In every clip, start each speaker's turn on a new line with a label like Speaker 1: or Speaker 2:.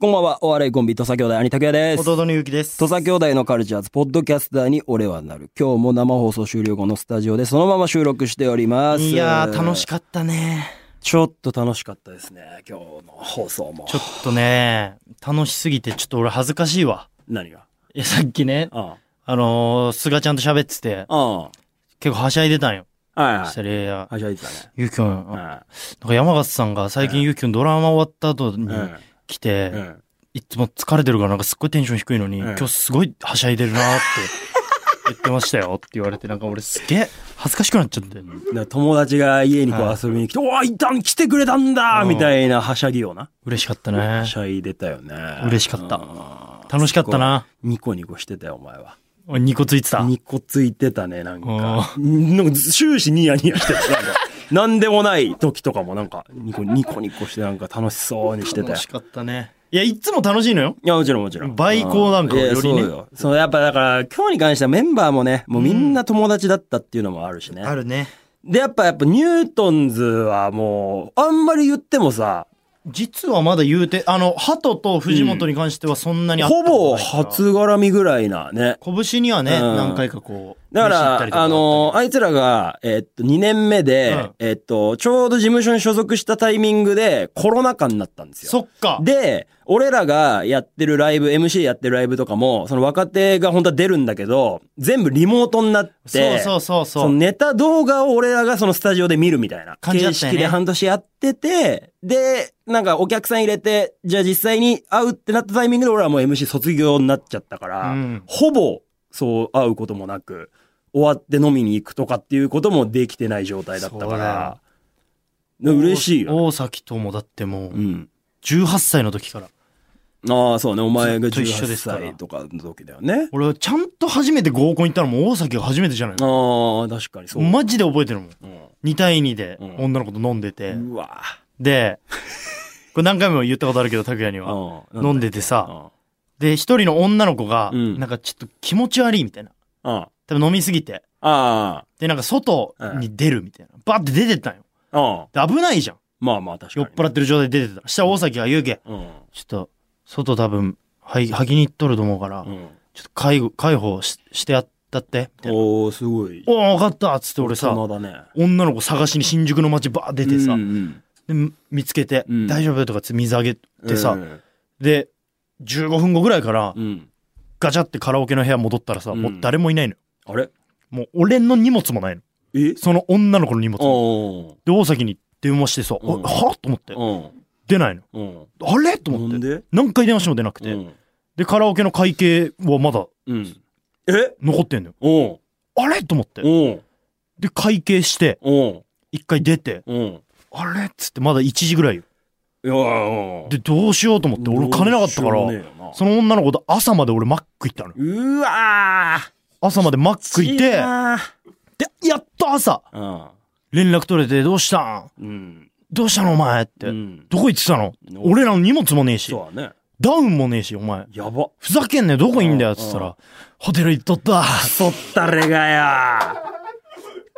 Speaker 1: こんばんは、お笑いコンビ、土佐兄弟、兄拓也です。
Speaker 2: 弟のゆうきです。
Speaker 1: 土佐兄弟のカルチャーズ、ポッドキャスターに俺はなる。今日も生放送終了後のスタジオでそのまま収録しております。
Speaker 2: いやー、楽し
Speaker 1: か
Speaker 2: かったね。
Speaker 1: った。ちょっと楽しかったですね、今日の放送も
Speaker 2: ち。ょっとね、楽しすぎて、ちょっと俺恥ずかしいわ。
Speaker 1: 何が
Speaker 2: いや、さっきね、
Speaker 1: あ
Speaker 2: あのー、菅ちゃんと喋ってて、
Speaker 1: あ。あ
Speaker 2: 結構はしゃいでたんよ。
Speaker 1: あ。はいは
Speaker 2: そし
Speaker 1: い。
Speaker 2: たらいや、
Speaker 1: はしゃいでたね。
Speaker 2: ゆうきくん、
Speaker 1: うん
Speaker 2: なんか山形さんが最近ゆうきくんドラマ終わった後に
Speaker 1: うん。
Speaker 2: 来て、
Speaker 1: うん。
Speaker 2: いつも疲れてるからなんかすっごいテンション低いのに、
Speaker 1: うん
Speaker 2: 今日すごいはしゃいでるなー って言ってましたよって言われて、なんか俺すげえ恥ずかしくなっちゃって。
Speaker 1: だから友達が家にこ
Speaker 2: はいう
Speaker 1: 遊びに来て、おー、一旦来てくれたんだ
Speaker 2: うん
Speaker 1: みたいなはしゃぎをな。
Speaker 2: 嬉しかった
Speaker 1: は
Speaker 2: ね。
Speaker 1: しゃいでたよね。
Speaker 2: 嬉しかった
Speaker 1: うん
Speaker 2: 楽しかった。な。
Speaker 1: ニコニコしてたよ、お前は。
Speaker 2: 俺2個ついてた。
Speaker 1: ニコついてたね、なんか。なんか終始ニヤニヤしてた。なんか、なんでもない時とかもなんか、ニコニコニコしてなんか楽しそうにしてたよ
Speaker 2: 楽。しかったね。いや、いっつも楽しいのよ。
Speaker 1: いや、もちろんもちろん。
Speaker 2: 倍高なんか
Speaker 1: うんいや
Speaker 2: よりね
Speaker 1: そうよ。そう、やっぱだから、今日に関してはメンバーもね、もうみんな友達だったっていうのもあるしね。
Speaker 2: るね。
Speaker 1: で、やっぱ、やっぱ、ニュートンズはもう、あんまり言ってもさ、
Speaker 2: 実はまだ言うて、あの、鳩と藤本に関してはそんなにあった
Speaker 1: ほ
Speaker 2: こと
Speaker 1: ぼ
Speaker 2: ないから
Speaker 1: 初絡みぐらいなね。
Speaker 2: 拳にはね、
Speaker 1: うん
Speaker 2: 何回かこう。
Speaker 1: だか
Speaker 2: 飯行ったりと
Speaker 1: ら、あの、
Speaker 2: あっ
Speaker 1: あいつらが、えっと、2年目で、
Speaker 2: うん
Speaker 1: えっと、ちょうど事務所に所属したタイミングで、コロナ禍になったんです
Speaker 2: たり
Speaker 1: よ。
Speaker 2: そっか。
Speaker 1: で、俺らがやってるライブ、MC やってるライブとかも、その若手が本当は出るんだけど、全部リモートになって、
Speaker 2: そうそうそうそ
Speaker 1: その
Speaker 2: う。
Speaker 1: ネタ動画を俺らがそのスタジオで見るみたいな
Speaker 2: 感じだ
Speaker 1: 形
Speaker 2: ったよね
Speaker 1: 式で半年やってて、で、なんかお客さん入れて、じゃあ実際に会うってなったタイミングで俺らもう MC 卒業になっちゃったから、
Speaker 2: うん
Speaker 1: ほぼそう会うこともなく、終わって飲みに行くとかっていうこともできてない状態だった
Speaker 2: そう
Speaker 1: か
Speaker 2: だ
Speaker 1: ら、で嬉しいよね。
Speaker 2: 大大崎ともだってもう
Speaker 1: う、ん。
Speaker 2: 18歳の時から。
Speaker 1: ああ、そうね。お前が
Speaker 2: ずっと一緒
Speaker 1: 18
Speaker 2: ですから
Speaker 1: 歳とかの時だよね。
Speaker 2: 俺はちゃんと初めて合コン行ったのも大崎が初めてじゃないの
Speaker 1: ああ、確かにそう。
Speaker 2: マジで覚えてるもん。
Speaker 1: う
Speaker 2: 2対2で
Speaker 1: うん
Speaker 2: 女の子と飲んでて。
Speaker 1: んうわ
Speaker 2: で、これ何回も言ったことあるけど、拓也には。
Speaker 1: ぁ。う
Speaker 2: 飲んでてさ、
Speaker 1: あ
Speaker 2: で、一人の女の子が、
Speaker 1: うん
Speaker 2: なんかちょっと気持ち悪いみたいな。
Speaker 1: あ
Speaker 2: 多分飲みすぎて。
Speaker 1: あ
Speaker 2: で、なんか外に出るみたいな。バーって出てったんよ。
Speaker 1: あ。あ
Speaker 2: で、危ないじゃん。
Speaker 1: まあまあ確か
Speaker 2: 酔
Speaker 1: に
Speaker 2: っ。払ってる状態で出てたら。したら大崎が言うけ。
Speaker 1: うん。
Speaker 2: ちょっと、外多分、はい、はぎに行っとると思うから、
Speaker 1: うん。
Speaker 2: ちょっと介護、介抱ししてやったって。みたいな。
Speaker 1: おー、すごい。
Speaker 2: おお、わかったっつって俺さ、
Speaker 1: 大人だね。
Speaker 2: 女の子探しに新宿の街バー出てさ、
Speaker 1: うん
Speaker 2: で見つけて、
Speaker 1: うん
Speaker 2: 大丈夫とかっつって水あげ
Speaker 1: うん
Speaker 2: てさ、
Speaker 1: うん
Speaker 2: で、15分後ぐらいから、
Speaker 1: うん。
Speaker 2: ガチャってカラオケの部屋戻ったらさ、
Speaker 1: うん
Speaker 2: もう誰もいないのよ。
Speaker 1: あれ
Speaker 2: もう俺の荷物もないの。
Speaker 1: え
Speaker 2: その女の子の荷物も。
Speaker 1: おー。
Speaker 2: で、大崎に電話してさ、
Speaker 1: うん
Speaker 2: おはと思って。
Speaker 1: うん。
Speaker 2: 出ないの。
Speaker 1: うん。
Speaker 2: あれと
Speaker 1: な
Speaker 2: 思
Speaker 1: ん
Speaker 2: って。
Speaker 1: で
Speaker 2: 何回電話しても出なく
Speaker 1: う
Speaker 2: て。
Speaker 1: ん。
Speaker 2: で、カラオケの会計はまだ
Speaker 1: うん。え
Speaker 2: 残ってんのよ。
Speaker 1: おう
Speaker 2: あれと思って。
Speaker 1: おう
Speaker 2: で、会計して、
Speaker 1: おう
Speaker 2: 一回出て、
Speaker 1: おう
Speaker 2: あれっつってまだ1時ぐらいよ。
Speaker 1: いやー
Speaker 2: で、どうしようと思って、俺金なかった
Speaker 1: どうしよ
Speaker 2: から、
Speaker 1: うもねえよな
Speaker 2: その女の子と朝まで俺マック行ったのよ。
Speaker 1: うわー
Speaker 2: 朝までマック行って、
Speaker 1: な
Speaker 2: で、やっと朝、
Speaker 1: ー
Speaker 2: 連絡取れて、どうしたん
Speaker 1: うん。
Speaker 2: どうしたのお前って。
Speaker 1: うん。
Speaker 2: どこ行ってたの
Speaker 1: うん
Speaker 2: 俺らの荷物もねえし、
Speaker 1: そうだね。
Speaker 2: ダウンもねえし、お前。
Speaker 1: やば。
Speaker 2: ふざけんなよ、どこいんだよ、つっ
Speaker 1: う
Speaker 2: た
Speaker 1: ん
Speaker 2: ら、ホテル行っとった。
Speaker 1: クソったれがや。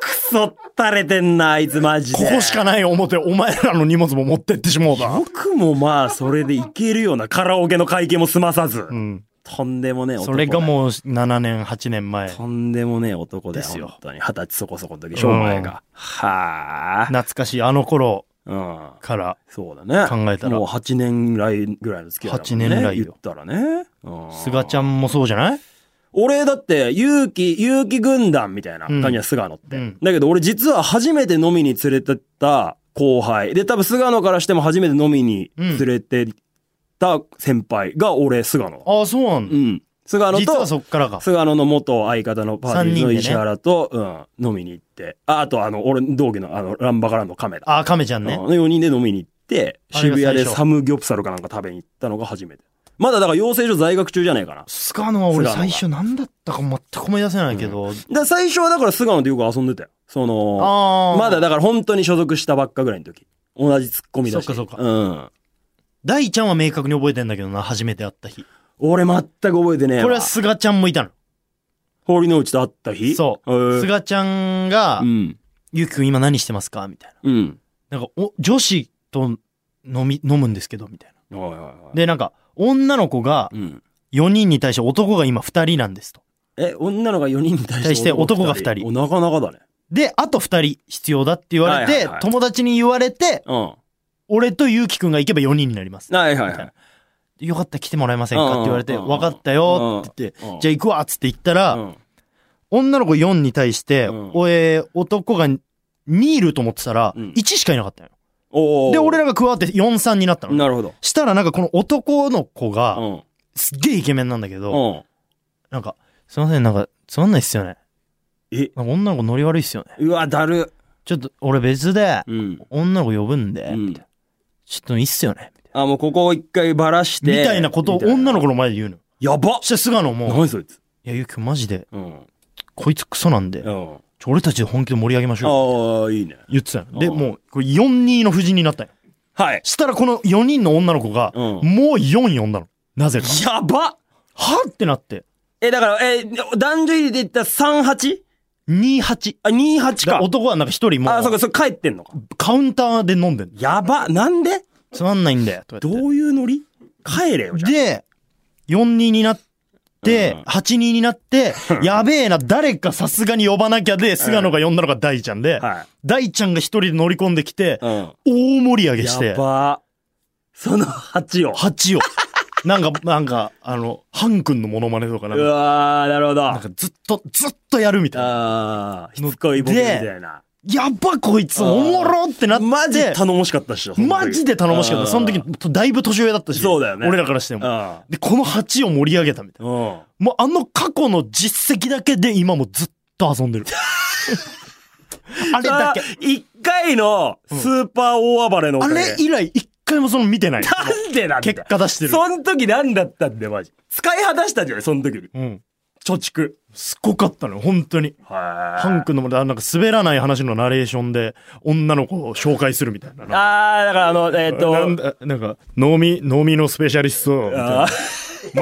Speaker 1: クソったれてんな、あいつマジで。
Speaker 2: ここしかない表、お前らの荷物も持ってってしもうた。
Speaker 1: 僕もまあ、それでいけるようなカラオケの会計も済まさず。
Speaker 2: うん。
Speaker 1: とんでもねえ男
Speaker 2: そ
Speaker 1: だ
Speaker 2: れ
Speaker 1: よ。
Speaker 2: がもう7年、8年前。
Speaker 1: とんでもねえ男だよ。
Speaker 2: ですよ
Speaker 1: 本当に。二十歳そこそこの時、商売が。はあ。
Speaker 2: 懐かしい、あの頃
Speaker 1: うん。
Speaker 2: から。
Speaker 1: そうだね。
Speaker 2: 考えたら
Speaker 1: もう8年来ぐらいの付き合いだもんね。
Speaker 2: 8年来よ
Speaker 1: 言ったらね。うん
Speaker 2: 菅ちゃんもそうじゃない
Speaker 1: 俺だって、勇気、勇気軍団みたいな感じは菅野って。
Speaker 2: うん
Speaker 1: だけど俺実は初めて飲みに連れてった後輩。で、多分菅野からしても初めて飲みに連れてった先輩が俺菅野。
Speaker 2: ああ、そうなん
Speaker 1: う
Speaker 2: だ。
Speaker 1: ん。菅野
Speaker 2: 実は
Speaker 1: と、
Speaker 2: そっからか。
Speaker 1: 菅野の元相方のパーティーズの
Speaker 2: 三人でね
Speaker 1: 石原と、うん、飲みに行って。あ、あとあの、俺同期のあの、ランバからの亀だ。
Speaker 2: ああ、亀ちゃん
Speaker 1: ね、
Speaker 2: ね。
Speaker 1: 4人で飲みに行って、
Speaker 2: あれが
Speaker 1: 渋谷で
Speaker 2: 最初
Speaker 1: サムギョプサルかなんか食べに行ったのが初めて。まだだから養成所在学中じゃないかな。
Speaker 2: 菅野は俺
Speaker 1: 菅野が
Speaker 2: 最初何だったか全く思い出せないけど。
Speaker 1: だ最初はだから菅野とよく遊んでたよ。その、
Speaker 2: ああ。
Speaker 1: まだだから本当に所属したばっかぐらいの時。同じツッコミだし。
Speaker 2: そっかそっか
Speaker 1: うん。
Speaker 2: 大ちゃんは明確に覚えてんだけどな、初めて会った日。
Speaker 1: 俺全く覚えてねえわ。
Speaker 2: これは菅ちゃんもいたの。
Speaker 1: 堀之内と会った日
Speaker 2: そ
Speaker 1: へ
Speaker 2: う。
Speaker 1: え
Speaker 2: 菅ちゃんが
Speaker 1: う、ん。
Speaker 2: ゆうきくん今何してますかみたい
Speaker 1: うん。
Speaker 2: な。なんか、お、女子と飲み、飲むんですけど、みたいな。
Speaker 1: はいはいはい。
Speaker 2: で、なんか、女の子が
Speaker 1: うん。
Speaker 2: 4人に対して男が今2人なんですと。
Speaker 1: え、女の子が4人に対して
Speaker 2: 対して男が二人
Speaker 1: おなかなかだね。
Speaker 2: で、あと2人必要だって言われて、
Speaker 1: はいはいはい
Speaker 2: 友達に言われて、
Speaker 1: う
Speaker 2: 俺とゆうきくんが行けば4人になります。
Speaker 1: ん。はいはい
Speaker 2: みた
Speaker 1: はい
Speaker 2: なよかったら来てもらえませんかって言われて、
Speaker 1: うんうんうん
Speaker 2: 分かったよって言って、
Speaker 1: い。
Speaker 2: じゃあ行くわっつって行ったら、
Speaker 1: うん
Speaker 2: 女の子4に対して、
Speaker 1: うん
Speaker 2: 俺、男が2いると思ってたら、
Speaker 1: うん
Speaker 2: 1しかいなかったのよ。
Speaker 1: おー
Speaker 2: で、俺らが加わって4、3になったの。
Speaker 1: なるほど。
Speaker 2: したらなんかこの男の子
Speaker 1: う
Speaker 2: が、
Speaker 1: ん。
Speaker 2: すっげえイケメンなんだけど、
Speaker 1: うん。
Speaker 2: なんか、すいません、なんか、つまんないっすよね。
Speaker 1: え、
Speaker 2: なんか女の子ノリ悪いっすよね。
Speaker 1: うわ、だる。
Speaker 2: ちょっと、俺別で、
Speaker 1: うん。
Speaker 2: 女の子呼ぶんで、
Speaker 1: うん
Speaker 2: ちょっといいっすよね。
Speaker 1: あ、もうここを一回バラして。
Speaker 2: みたいなことを女の子の前で言うの。
Speaker 1: やば
Speaker 2: そして菅野も、い
Speaker 1: 何そいつ。
Speaker 2: や、ゆうきくんマジで、
Speaker 1: うん。
Speaker 2: こいつクソなんで
Speaker 1: う、ん。
Speaker 2: ちょ俺たちで本気で盛り上げましょうよ。
Speaker 1: ああ、いいね。
Speaker 2: 言ってたの。で、
Speaker 1: うん
Speaker 2: もう、これ4-2の布陣になったよ。
Speaker 1: はい。
Speaker 2: したらこの4人の女の子が、
Speaker 1: うん
Speaker 2: もう4呼んだの。なぜか。
Speaker 1: やば
Speaker 2: はってなって、
Speaker 1: え、だから、え、男女入りで言ったら 38?
Speaker 2: 2-8。
Speaker 1: あ、28
Speaker 2: だから
Speaker 1: か。
Speaker 2: 男はなんか一人も
Speaker 1: あ、そうか、
Speaker 2: う、
Speaker 1: それ帰ってんのか。
Speaker 2: カウンターで飲んでんの
Speaker 1: やば。なんで
Speaker 2: つまんないんだよ、とか
Speaker 1: ど
Speaker 2: 言って
Speaker 1: ういうノリ帰れよ、じゃあ
Speaker 2: で、4-2になって、
Speaker 1: うん
Speaker 2: 8-2になって、やべえな、誰かさすがに呼ばなきゃで、菅野が呼んだのが大ちゃんで、
Speaker 1: は
Speaker 2: 大ちゃんが一人で乗り込んできて
Speaker 1: い。、うん。
Speaker 2: 大盛り上げして
Speaker 1: や、ば。その8を。
Speaker 2: 蜂を。 なんか、なんか、あの、ハン君のモノマネとかなん
Speaker 1: う
Speaker 2: か、
Speaker 1: わー、なるほど。
Speaker 2: なん
Speaker 1: あ
Speaker 2: かずっと、ずっとやるみたいな。
Speaker 1: あー、しつこい僕みたいな。
Speaker 2: やばこいつ、おもろってなって、
Speaker 1: マジ頼もしかったっしょ。その時
Speaker 2: マジで頼もしかった。その時、、だいぶ年上だったし、
Speaker 1: そうだよね
Speaker 2: 俺らからして
Speaker 1: うん
Speaker 2: も。で、この蜂を盛り上げたみたいな。
Speaker 1: うん。うん。
Speaker 2: もうあの過去の実績だけで今もずっと遊んでる。 あれだけ。
Speaker 1: さあ一回のスーパー大暴れのお
Speaker 2: あ
Speaker 1: かげ
Speaker 2: れ以来一回もその見 てない。
Speaker 1: なんでなんだ
Speaker 2: 結果出してる
Speaker 1: そん時なんだったんだよ、マジ。使い果たしたんじゃないそん時に。
Speaker 2: うん。
Speaker 1: 貯蓄。
Speaker 2: すごかったのよ、本当に。
Speaker 1: は
Speaker 2: ハン君のも、あなんか滑らない話のナレーションで、女の子を紹介するみたいな。な
Speaker 1: あー、だからあの、えーっと、
Speaker 2: なんだなんか、脳み、脳みのスペシャリスト、みたい
Speaker 1: あ
Speaker 2: な。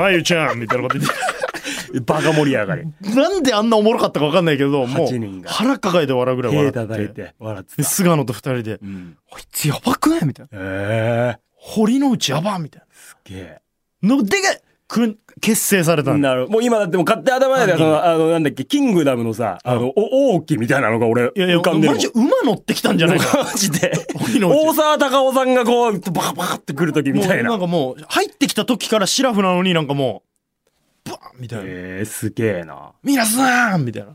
Speaker 2: まゆちゃんみたいなこと言って。
Speaker 1: ーバカ盛り上がり。
Speaker 2: なんであんなおもろかったか分かんないけ ど、も
Speaker 1: 8人
Speaker 2: う、
Speaker 1: が
Speaker 2: 腹抱えて笑うぐらい
Speaker 1: 手
Speaker 2: 笑
Speaker 1: 叩い
Speaker 2: って。
Speaker 1: て、笑って
Speaker 2: で、
Speaker 1: た。
Speaker 2: 菅野と二人で、
Speaker 1: うん。
Speaker 2: こいつやばくないみたいな。
Speaker 1: ええ
Speaker 2: 堀之内やばみたい
Speaker 1: すげえ。
Speaker 2: な。のでが、くん、結成されたんだ。
Speaker 1: なるほどもう今だってもう勝手に頭で、その、あの、なんだっけ、キングダムのさ、あの、お、王毅みたいなのが俺、
Speaker 2: いやいや、
Speaker 1: 浮かんでるもん。
Speaker 2: マジ馬乗ってきたんじゃない か。
Speaker 1: マジ で。
Speaker 2: 堀之
Speaker 1: 大
Speaker 2: 内。
Speaker 1: 沢たかおさんがこう、バカバカってくるときみ
Speaker 2: もう
Speaker 1: たい
Speaker 2: な
Speaker 1: な。
Speaker 2: んかもう、入ってきた時からシラフなのになんかもう、バーンみたいな。
Speaker 1: ええすげえな。
Speaker 2: 皆さんみたいな。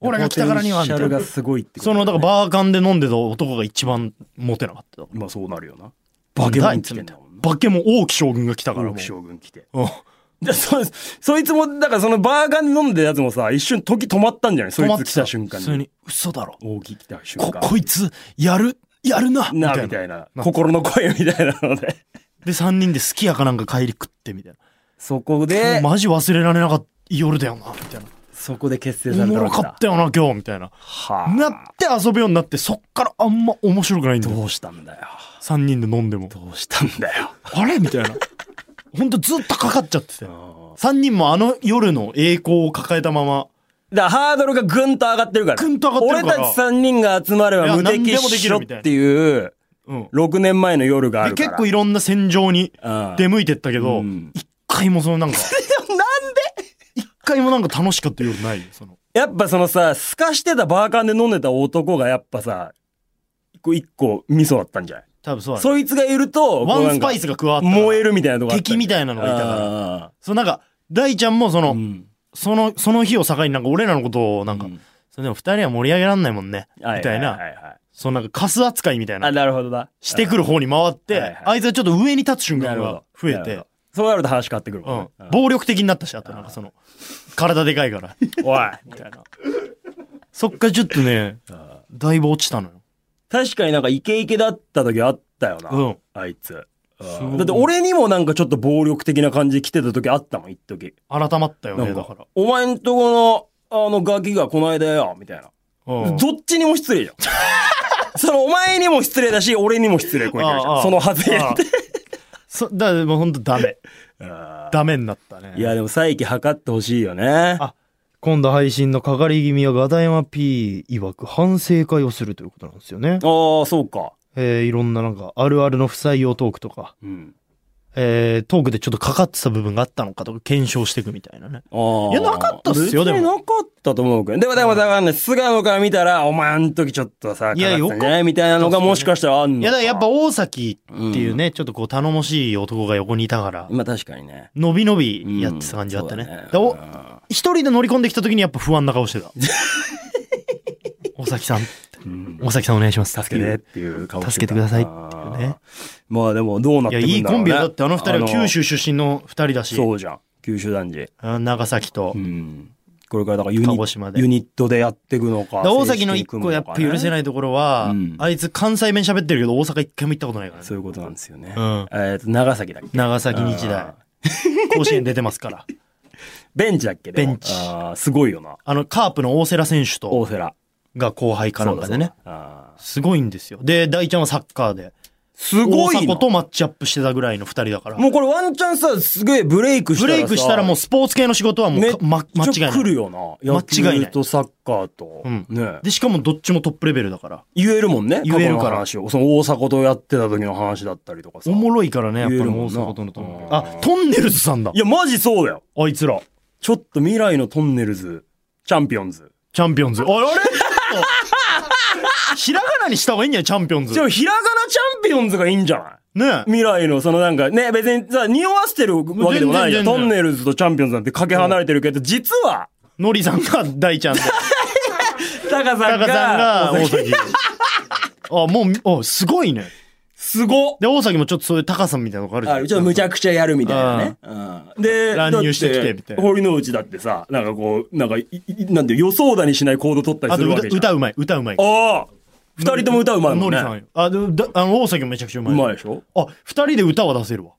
Speaker 2: 俺が来たからにはみ
Speaker 1: シ
Speaker 2: た
Speaker 1: ャ
Speaker 2: い
Speaker 1: ル
Speaker 2: な
Speaker 1: が。すごいってこと
Speaker 2: その、だからバーカンで飲んでた男が一番モテなかった。
Speaker 1: まあそうなるよな。バケモン来てんだもんな。
Speaker 2: バケモン王毅将軍が来たから
Speaker 1: バ
Speaker 2: もう。
Speaker 1: ケ将軍来て。
Speaker 2: うん
Speaker 1: じゃそ、そいつも、だからそのバーガーで飲んでるやつもさ、一瞬時止まったんじゃないそ
Speaker 2: 止ま
Speaker 1: い
Speaker 2: って
Speaker 1: つ来た瞬間
Speaker 2: 普通
Speaker 1: に。
Speaker 2: に、嘘だろ。
Speaker 1: 大きい来た瞬
Speaker 2: こ、
Speaker 1: 間。
Speaker 2: こいつ、やる、やるなみ
Speaker 1: な、
Speaker 2: たい
Speaker 1: み
Speaker 2: な。
Speaker 1: たいな。心の声みた いなので。
Speaker 2: で、3人ですき家かなんか帰り食ってみたい
Speaker 1: そこ
Speaker 2: な。
Speaker 1: で、
Speaker 2: マジ忘れられなかった夜だよな、みたいな。
Speaker 1: そこで結成
Speaker 2: お
Speaker 1: され
Speaker 2: も
Speaker 1: た
Speaker 2: ろ
Speaker 1: わ
Speaker 2: か
Speaker 1: け
Speaker 2: っ
Speaker 1: だ。
Speaker 2: たよな、今日、みたいな。
Speaker 1: はあ、
Speaker 2: なって遊ぶようになって、そっからあんま面白くないんだよ。
Speaker 1: どうしたんだよ。
Speaker 2: 3人で飲んでも。
Speaker 1: どうしたんだよ。
Speaker 2: あれみたいな。ほんとずっとかかっちゃってたよ。3人もあの夜の栄光を抱えたまま。
Speaker 1: だからハードルがぐんと上がってるから。
Speaker 2: ぐんと上がってるから
Speaker 1: 俺たち3人が集まれ
Speaker 2: いや
Speaker 1: ば無
Speaker 2: 何で
Speaker 1: 敵
Speaker 2: もでき
Speaker 1: し
Speaker 2: る
Speaker 1: ろ
Speaker 2: みたいな
Speaker 1: っていう、
Speaker 2: うん。
Speaker 1: 6年前の夜があ
Speaker 2: で
Speaker 1: るから。
Speaker 2: 結構いろんな戦場に
Speaker 1: うん
Speaker 2: 出向いてったけど、
Speaker 1: う
Speaker 2: 一、
Speaker 1: ん
Speaker 2: 回もそのなんか、
Speaker 1: でもなんで
Speaker 2: 一回もなんか楽しかった夜ないよ、その。
Speaker 1: やっぱそのさ、透かしてたバーカンで飲んでた男がやっぱさ、一個一個味噌だったんじゃない、
Speaker 2: 多分そうだね
Speaker 1: そいつがいると、こう
Speaker 2: ワ
Speaker 1: な
Speaker 2: ン
Speaker 1: ん
Speaker 2: ス
Speaker 1: か
Speaker 2: パイスが加わったから。
Speaker 1: 燃えるみたいなとこあった
Speaker 2: 敵み
Speaker 1: い
Speaker 2: たいなのがいたから。
Speaker 1: か
Speaker 2: そうなんか、大ちゃんもその、
Speaker 1: ら。うん。
Speaker 2: その、その日を境になんか俺らのことをなんか、
Speaker 1: うん
Speaker 2: それでも二人は盛り上げらんないもんね。みたい
Speaker 1: はは
Speaker 2: な。
Speaker 1: はは
Speaker 2: そのなんかカス扱いみたい
Speaker 1: あ、
Speaker 2: な。
Speaker 1: なるほどな。
Speaker 2: してくる方に回っ
Speaker 1: はいはい
Speaker 2: て、あいつはちょっと上に立つ瞬
Speaker 1: うんな
Speaker 2: 間
Speaker 1: るほど
Speaker 2: が。増え
Speaker 1: なるほ
Speaker 2: て
Speaker 1: ど。。そうなると話変わってくる
Speaker 2: う
Speaker 1: もんね
Speaker 2: ん。暴力的になったし、あとなんかその、体でか いから、み
Speaker 1: うんおい。
Speaker 2: たいな。そっからちょっとね、だいぶ落ちたのよ。
Speaker 1: 確かになんかイケイケだった時あったよな。
Speaker 2: うん
Speaker 1: あいつ。うん
Speaker 2: すごい
Speaker 1: だって俺にもなんかちょっと暴力的な感じで来てた時あったもん、一時。
Speaker 2: 改まったよ
Speaker 1: な
Speaker 2: ね、
Speaker 1: ん
Speaker 2: だから
Speaker 1: か。、お前んとこの、あの、ガキがこの間よ、みたいな。
Speaker 2: うん
Speaker 1: どっちにも失礼じゃん。 そのお前にも失礼だし、俺にも失礼、これからじ
Speaker 2: ああ
Speaker 1: ゃ
Speaker 2: ああ
Speaker 1: ん。その発言って。
Speaker 2: そ、 だからもうほんとダメ。ダメになったね。
Speaker 1: いや、でも再起測ってほしいよね。
Speaker 2: あ今度配信のかかり気味はガダヤマ P 曰く反省会をするということなんですよね。
Speaker 1: ああ、そうか。
Speaker 2: えーいろんななんかあるあるの不採用トークとか、
Speaker 1: うん。
Speaker 2: えー、トークでちょっとかかってた部分があったのかとか検証していくみたいなね。
Speaker 1: ああ。
Speaker 2: いやなかったっすよ
Speaker 1: 別に
Speaker 2: で
Speaker 1: なかったと思うけど。でも、でも、だからね、菅野から見たら、お前あの時ちょっとさ、
Speaker 2: いや
Speaker 1: かかってたんじゃないみたいなのがもしかしたらあんの
Speaker 2: いや、だからやっぱ大崎
Speaker 1: ぱ、
Speaker 2: っていう
Speaker 1: ね。
Speaker 2: ね、ちょっとこう頼もしい男が横にいたから、
Speaker 1: まあ確かにね。
Speaker 2: のびのびやってた感じだったね。
Speaker 1: うん
Speaker 2: だからお
Speaker 1: そうだね
Speaker 2: 一人で乗り込んできた時にやっぱ不安な顔してた。 大崎さん、
Speaker 1: うん
Speaker 2: 大崎さんお願いします。
Speaker 1: 助けてっていう顔
Speaker 2: 助けてくださいって
Speaker 1: いう
Speaker 2: ね。
Speaker 1: まあでも、どうなってくんだろ
Speaker 2: いや、
Speaker 1: うね
Speaker 2: いいコンビだって、あの二人は九州出身の二人だし、
Speaker 1: そうじゃん。九州男児。
Speaker 2: あ長崎と
Speaker 1: う、ん。これからだからユニ
Speaker 2: 鹿児島で
Speaker 1: ユニットでやっていくのか。
Speaker 2: だから大崎の一個やっぱ許せ
Speaker 1: い。
Speaker 2: ないところは、
Speaker 1: うん
Speaker 2: あいつ関西弁喋ってるけど大阪一回も行ったことないからね
Speaker 1: そういうことなんですよね。
Speaker 2: うん
Speaker 1: えっと、長崎だっけ
Speaker 2: 長崎日
Speaker 1: あ
Speaker 2: 大甲子園出てますから
Speaker 1: ベンチだっけでも
Speaker 2: ベンチ
Speaker 1: あーすごいよな。
Speaker 2: あのカープの大瀬良選手
Speaker 1: 大
Speaker 2: と
Speaker 1: 瀬良。
Speaker 2: が後輩かなんかでね
Speaker 1: そうだそうだ。あー
Speaker 2: すごいんですよで大ちゃんはサッカーです大
Speaker 1: ごい
Speaker 2: 迫
Speaker 1: な
Speaker 2: とマッチアップしてたぐらいの2人だから
Speaker 1: もうこれワンチャンさ、すげえブレイクした
Speaker 2: ブ
Speaker 1: らさ。
Speaker 2: レイクしたらもうスポーツ系の仕事はもう
Speaker 1: めっ
Speaker 2: か、ま、間違い
Speaker 1: ちゃ
Speaker 2: な
Speaker 1: 来る
Speaker 2: い
Speaker 1: よな。
Speaker 2: 間違いない
Speaker 1: 野球とサッカーと。
Speaker 2: うん
Speaker 1: ね。
Speaker 2: でしかもどっちもトップレベルだから
Speaker 1: 言えるもんね。
Speaker 2: 言える
Speaker 1: 過去
Speaker 2: から
Speaker 1: の話を。その大迫とやってた時の話だったりとかさ。
Speaker 2: おもろいからねやっぱり
Speaker 1: 言えるもん
Speaker 2: 大
Speaker 1: な
Speaker 2: 迫とのトップレベル
Speaker 1: あ
Speaker 2: あトンネルズさんだ
Speaker 1: いや、マジそうだよ。
Speaker 2: あいつら
Speaker 1: ちょっと未来のトンネルズ、チャンピオンズ。
Speaker 2: チャンピオンズ。あれ あれひらがなにした方がいいんじゃないチャンピオンズ
Speaker 1: で。も、ひらがなチャンピオンズがいいんじゃない
Speaker 2: ね
Speaker 1: 未来の、そのなんかね、別にさ、匂わせてるわけでもないじゃん。
Speaker 2: 全然全然
Speaker 1: トンネルズとチャンピオンズなんてかけ離れてるけど、実は、
Speaker 2: のりさんが大ちゃん で、
Speaker 1: タカさ
Speaker 2: タ
Speaker 1: ん
Speaker 2: カさんが
Speaker 1: が、
Speaker 2: 大崎。あ、もう、あ、すごいね。
Speaker 1: すごっ
Speaker 2: で、大崎もちょっとそういう高さみたいなのがあるじゃん。
Speaker 1: あちょっとむちゃくちゃやるみたいなね。うんで、
Speaker 2: 乱入してきて
Speaker 1: だっ
Speaker 2: みたいな
Speaker 1: 堀之内だってさ、なんかこう、なんかい、いなんていう予想だにしない行動取ったり
Speaker 2: あ
Speaker 1: す
Speaker 2: と
Speaker 1: るわ
Speaker 2: 歌、
Speaker 1: けじゃん。
Speaker 2: 歌うまい、歌うまい。
Speaker 1: ああ二人とも歌うまいも
Speaker 2: の
Speaker 1: ん
Speaker 2: り
Speaker 1: ね。
Speaker 2: さんよ。あ、でもだあの、大崎もめちゃくちゃうま
Speaker 1: う
Speaker 2: い。
Speaker 1: まいでしょ
Speaker 2: あ、二人で歌は出せるわ。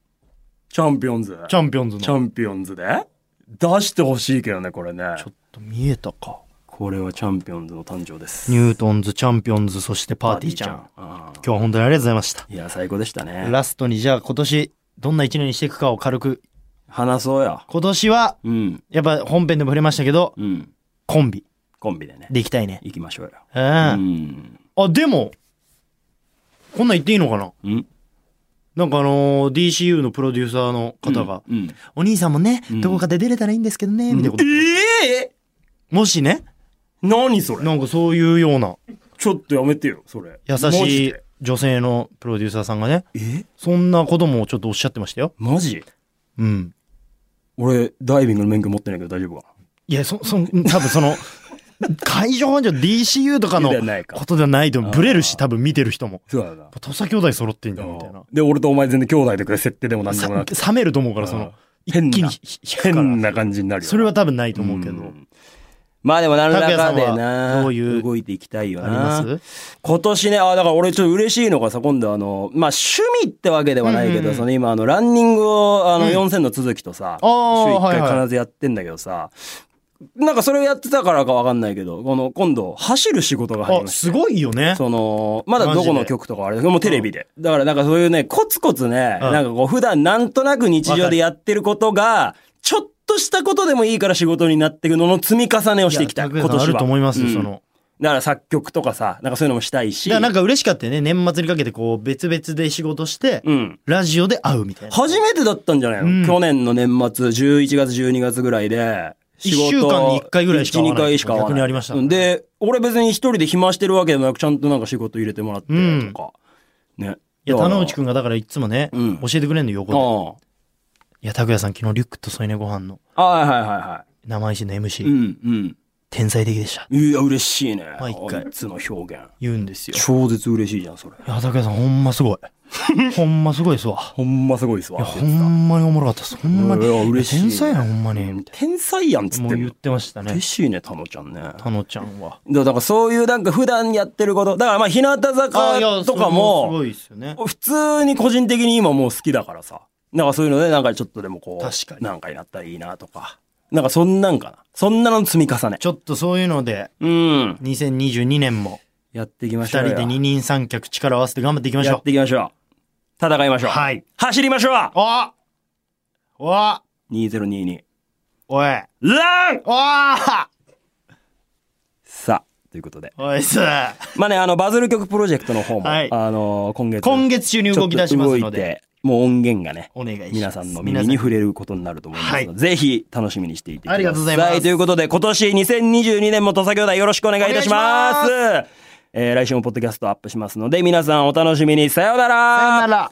Speaker 1: チャンピオンズ。
Speaker 2: チャンピオンズの。
Speaker 1: チ
Speaker 2: ちょ
Speaker 1: ャンピオンズで出してほしいけどね、これね。
Speaker 2: っと見えたか。
Speaker 1: これはチャンピオンズの誕生です。
Speaker 2: ニュートンズ、チャンピオンズ、そしてパーティーちゃん。今
Speaker 1: あ
Speaker 2: 日は本当にありがとうございました。
Speaker 1: ーいや、最高でしたね。
Speaker 2: ラストにじゃあ今年、どんな一年にしていくかを軽く。
Speaker 1: 話そうや。
Speaker 2: 今年は、
Speaker 1: うん。
Speaker 2: やっぱ本編でも触れましたけど、
Speaker 1: うん。
Speaker 2: コンビ
Speaker 1: コンビでね。
Speaker 2: でいきたいね。
Speaker 1: 行きましょうよ。
Speaker 2: うん。
Speaker 1: う
Speaker 2: あ、
Speaker 1: ん。
Speaker 2: でも、こんなん言っていいのかな
Speaker 1: うん
Speaker 2: なんかあのー DCU のプロデューサーの方が、
Speaker 1: うん。
Speaker 2: お兄さんもね、
Speaker 1: うん
Speaker 2: どこかで出れたらいいんですけどね、みたいなこと。
Speaker 1: ええ
Speaker 2: もしね、
Speaker 1: 何それ
Speaker 2: なんかそういうような
Speaker 1: ちょっとやめてよ、それ。
Speaker 2: 優
Speaker 1: マ
Speaker 2: し
Speaker 1: ジ
Speaker 2: い
Speaker 1: で
Speaker 2: 女性のプロデューサーさんがね、
Speaker 1: え
Speaker 2: そんなこともちょっとおっしゃってましたよ。
Speaker 1: マジ
Speaker 2: うん。
Speaker 1: 俺、ダイビングの免許持ってないけど大丈夫か
Speaker 2: いや、そ、そ、多分そ の、海上保安庁 DCU とかの
Speaker 1: ではないか
Speaker 2: ことではないと思う
Speaker 1: あー
Speaker 2: ブレるし、多分見てる人も。
Speaker 1: そうだな。
Speaker 2: 土佐兄弟揃ってんだよ、みたいな。
Speaker 1: で、俺とお前全然兄弟とか設定でも何でもなくて。
Speaker 2: さ冷めると思うから、そ
Speaker 1: うん
Speaker 2: の、
Speaker 1: 変
Speaker 2: 一
Speaker 1: な
Speaker 2: 気に引くから。
Speaker 1: 変な感じになるよな。
Speaker 2: それは多分ないと思うけど。
Speaker 1: んまあでも何らかで
Speaker 2: 拓也さん
Speaker 1: な
Speaker 2: はどういう
Speaker 1: 動いていきたいよ
Speaker 2: ありま
Speaker 1: な
Speaker 2: す
Speaker 1: 今年ねあだから俺ちょっと嬉しいのがさ今度あのまあ趣味ってわけではないけど、
Speaker 2: うんうんうん
Speaker 1: その今あのランニングをあの
Speaker 2: うん
Speaker 1: 4000の続きとさ、
Speaker 2: あー
Speaker 1: 週1
Speaker 2: はいは
Speaker 1: 回
Speaker 2: い
Speaker 1: 必ずやってんだけどさ、なんかそれをやってたからかわかんないけどこの今度走る仕事が入り
Speaker 2: あ、
Speaker 1: ました
Speaker 2: すごいよね。
Speaker 1: その、まだどこの局とかはあれだけど、もうテレビで。だからなんかそういうね、コツコツね、
Speaker 2: うん
Speaker 1: なんかこう普段なんとなく日常でやってることが、ちょっとしたことでもいいから仕事になっていくのの積み重ねをしていきたい。
Speaker 2: や拓
Speaker 1: 今
Speaker 2: 也さん
Speaker 1: 年は。
Speaker 2: あると思いますよ、
Speaker 1: うん
Speaker 2: そ。の。
Speaker 1: だから作曲とかさ、なんかそういうのもしたいし。
Speaker 2: だからなんか嬉しかったよね。年末にかけてこう、別々で仕事して、
Speaker 1: うん。
Speaker 2: ラジオで会うみたいな。
Speaker 1: 初めてだったんじゃないの、
Speaker 2: うん
Speaker 1: 去年の年末、11月、12月ぐらいで、
Speaker 2: 一週間に一回ぐらいしか会わ
Speaker 1: 1、2
Speaker 2: ない
Speaker 1: 回しか会わない。
Speaker 2: 逆にありましたね
Speaker 1: うんで、俺別に一人で暇してるわけでもなく、ちゃんとなんか仕事入れてもらってとか。ね。
Speaker 2: いや、
Speaker 1: だ
Speaker 2: 田
Speaker 1: から
Speaker 2: 之内くんがだからいつもね、
Speaker 1: うん
Speaker 2: 教えてくれんのよ横で。
Speaker 1: ああ。
Speaker 2: いや、拓也さん昨日リュックと添い寝ご飯の
Speaker 1: あはいはいはいは
Speaker 2: 生石の MC、
Speaker 1: い。うんうん。
Speaker 2: 天才的でした。
Speaker 1: いや、嬉しいね。
Speaker 2: 毎回
Speaker 1: あいつの表現。
Speaker 2: 言うんですよ。い
Speaker 1: 超絶嬉しいじゃん、それ。
Speaker 2: や、拓也さんほん ますごい。ほんますごいですわ。
Speaker 1: ほんますごいっすわ。
Speaker 2: いや、ほんまにおもろかったです。ほんまに。
Speaker 1: うわ嬉しいね
Speaker 2: 天才やん、ほんまに。
Speaker 1: うん
Speaker 2: も
Speaker 1: 天才やんっつっ
Speaker 2: う
Speaker 1: て
Speaker 2: 言っ
Speaker 1: る。
Speaker 2: てましたね
Speaker 1: 嬉。しいね、たのちゃんね。
Speaker 2: 田野ちゃんは。
Speaker 1: だからそういうなんか普段やってること。だからまあ、日向
Speaker 2: あいや
Speaker 1: 坂とか
Speaker 2: それすご
Speaker 1: も、
Speaker 2: いですよね。
Speaker 1: 普通に個人的に今もう好きだからさ。なんかそういうので、なんかちょっとでもこう、
Speaker 2: 確かに
Speaker 1: なんかになったらいいなとか。なんかそんなんかな。そんなの積み重ね。
Speaker 2: ちょっとそういうので、
Speaker 1: うん。
Speaker 2: 2022年も
Speaker 1: やっていきま
Speaker 2: 二
Speaker 1: しょう
Speaker 2: 人
Speaker 1: よ。
Speaker 2: で二人三脚力を合わせて頑張っていきまし
Speaker 1: や
Speaker 2: ょ
Speaker 1: っていきましょう。戦いましょ
Speaker 2: う。
Speaker 1: う。
Speaker 2: はい。
Speaker 1: 走りましょう
Speaker 2: おお
Speaker 1: 2022
Speaker 2: おい
Speaker 1: ラン
Speaker 2: おー
Speaker 1: さあということで
Speaker 2: おいっす
Speaker 1: まあねあのバズる曲プロジェクトの方も、
Speaker 2: はい
Speaker 1: あの今月
Speaker 2: 今月中に動き出します
Speaker 1: ちょっ
Speaker 2: の
Speaker 1: と動い
Speaker 2: で
Speaker 1: てもう音源がね、
Speaker 3: お願いします。
Speaker 1: 皆さんの耳に触れることになると思いますので、ぜひ楽しみにしていてください。
Speaker 3: ありがとうございます
Speaker 1: ということで、今年2022年も土佐兄弟よろしくお願いいたします。えー来週もポッドキャストアップしますので、皆さんお楽しみに。さようなら
Speaker 3: さよなら。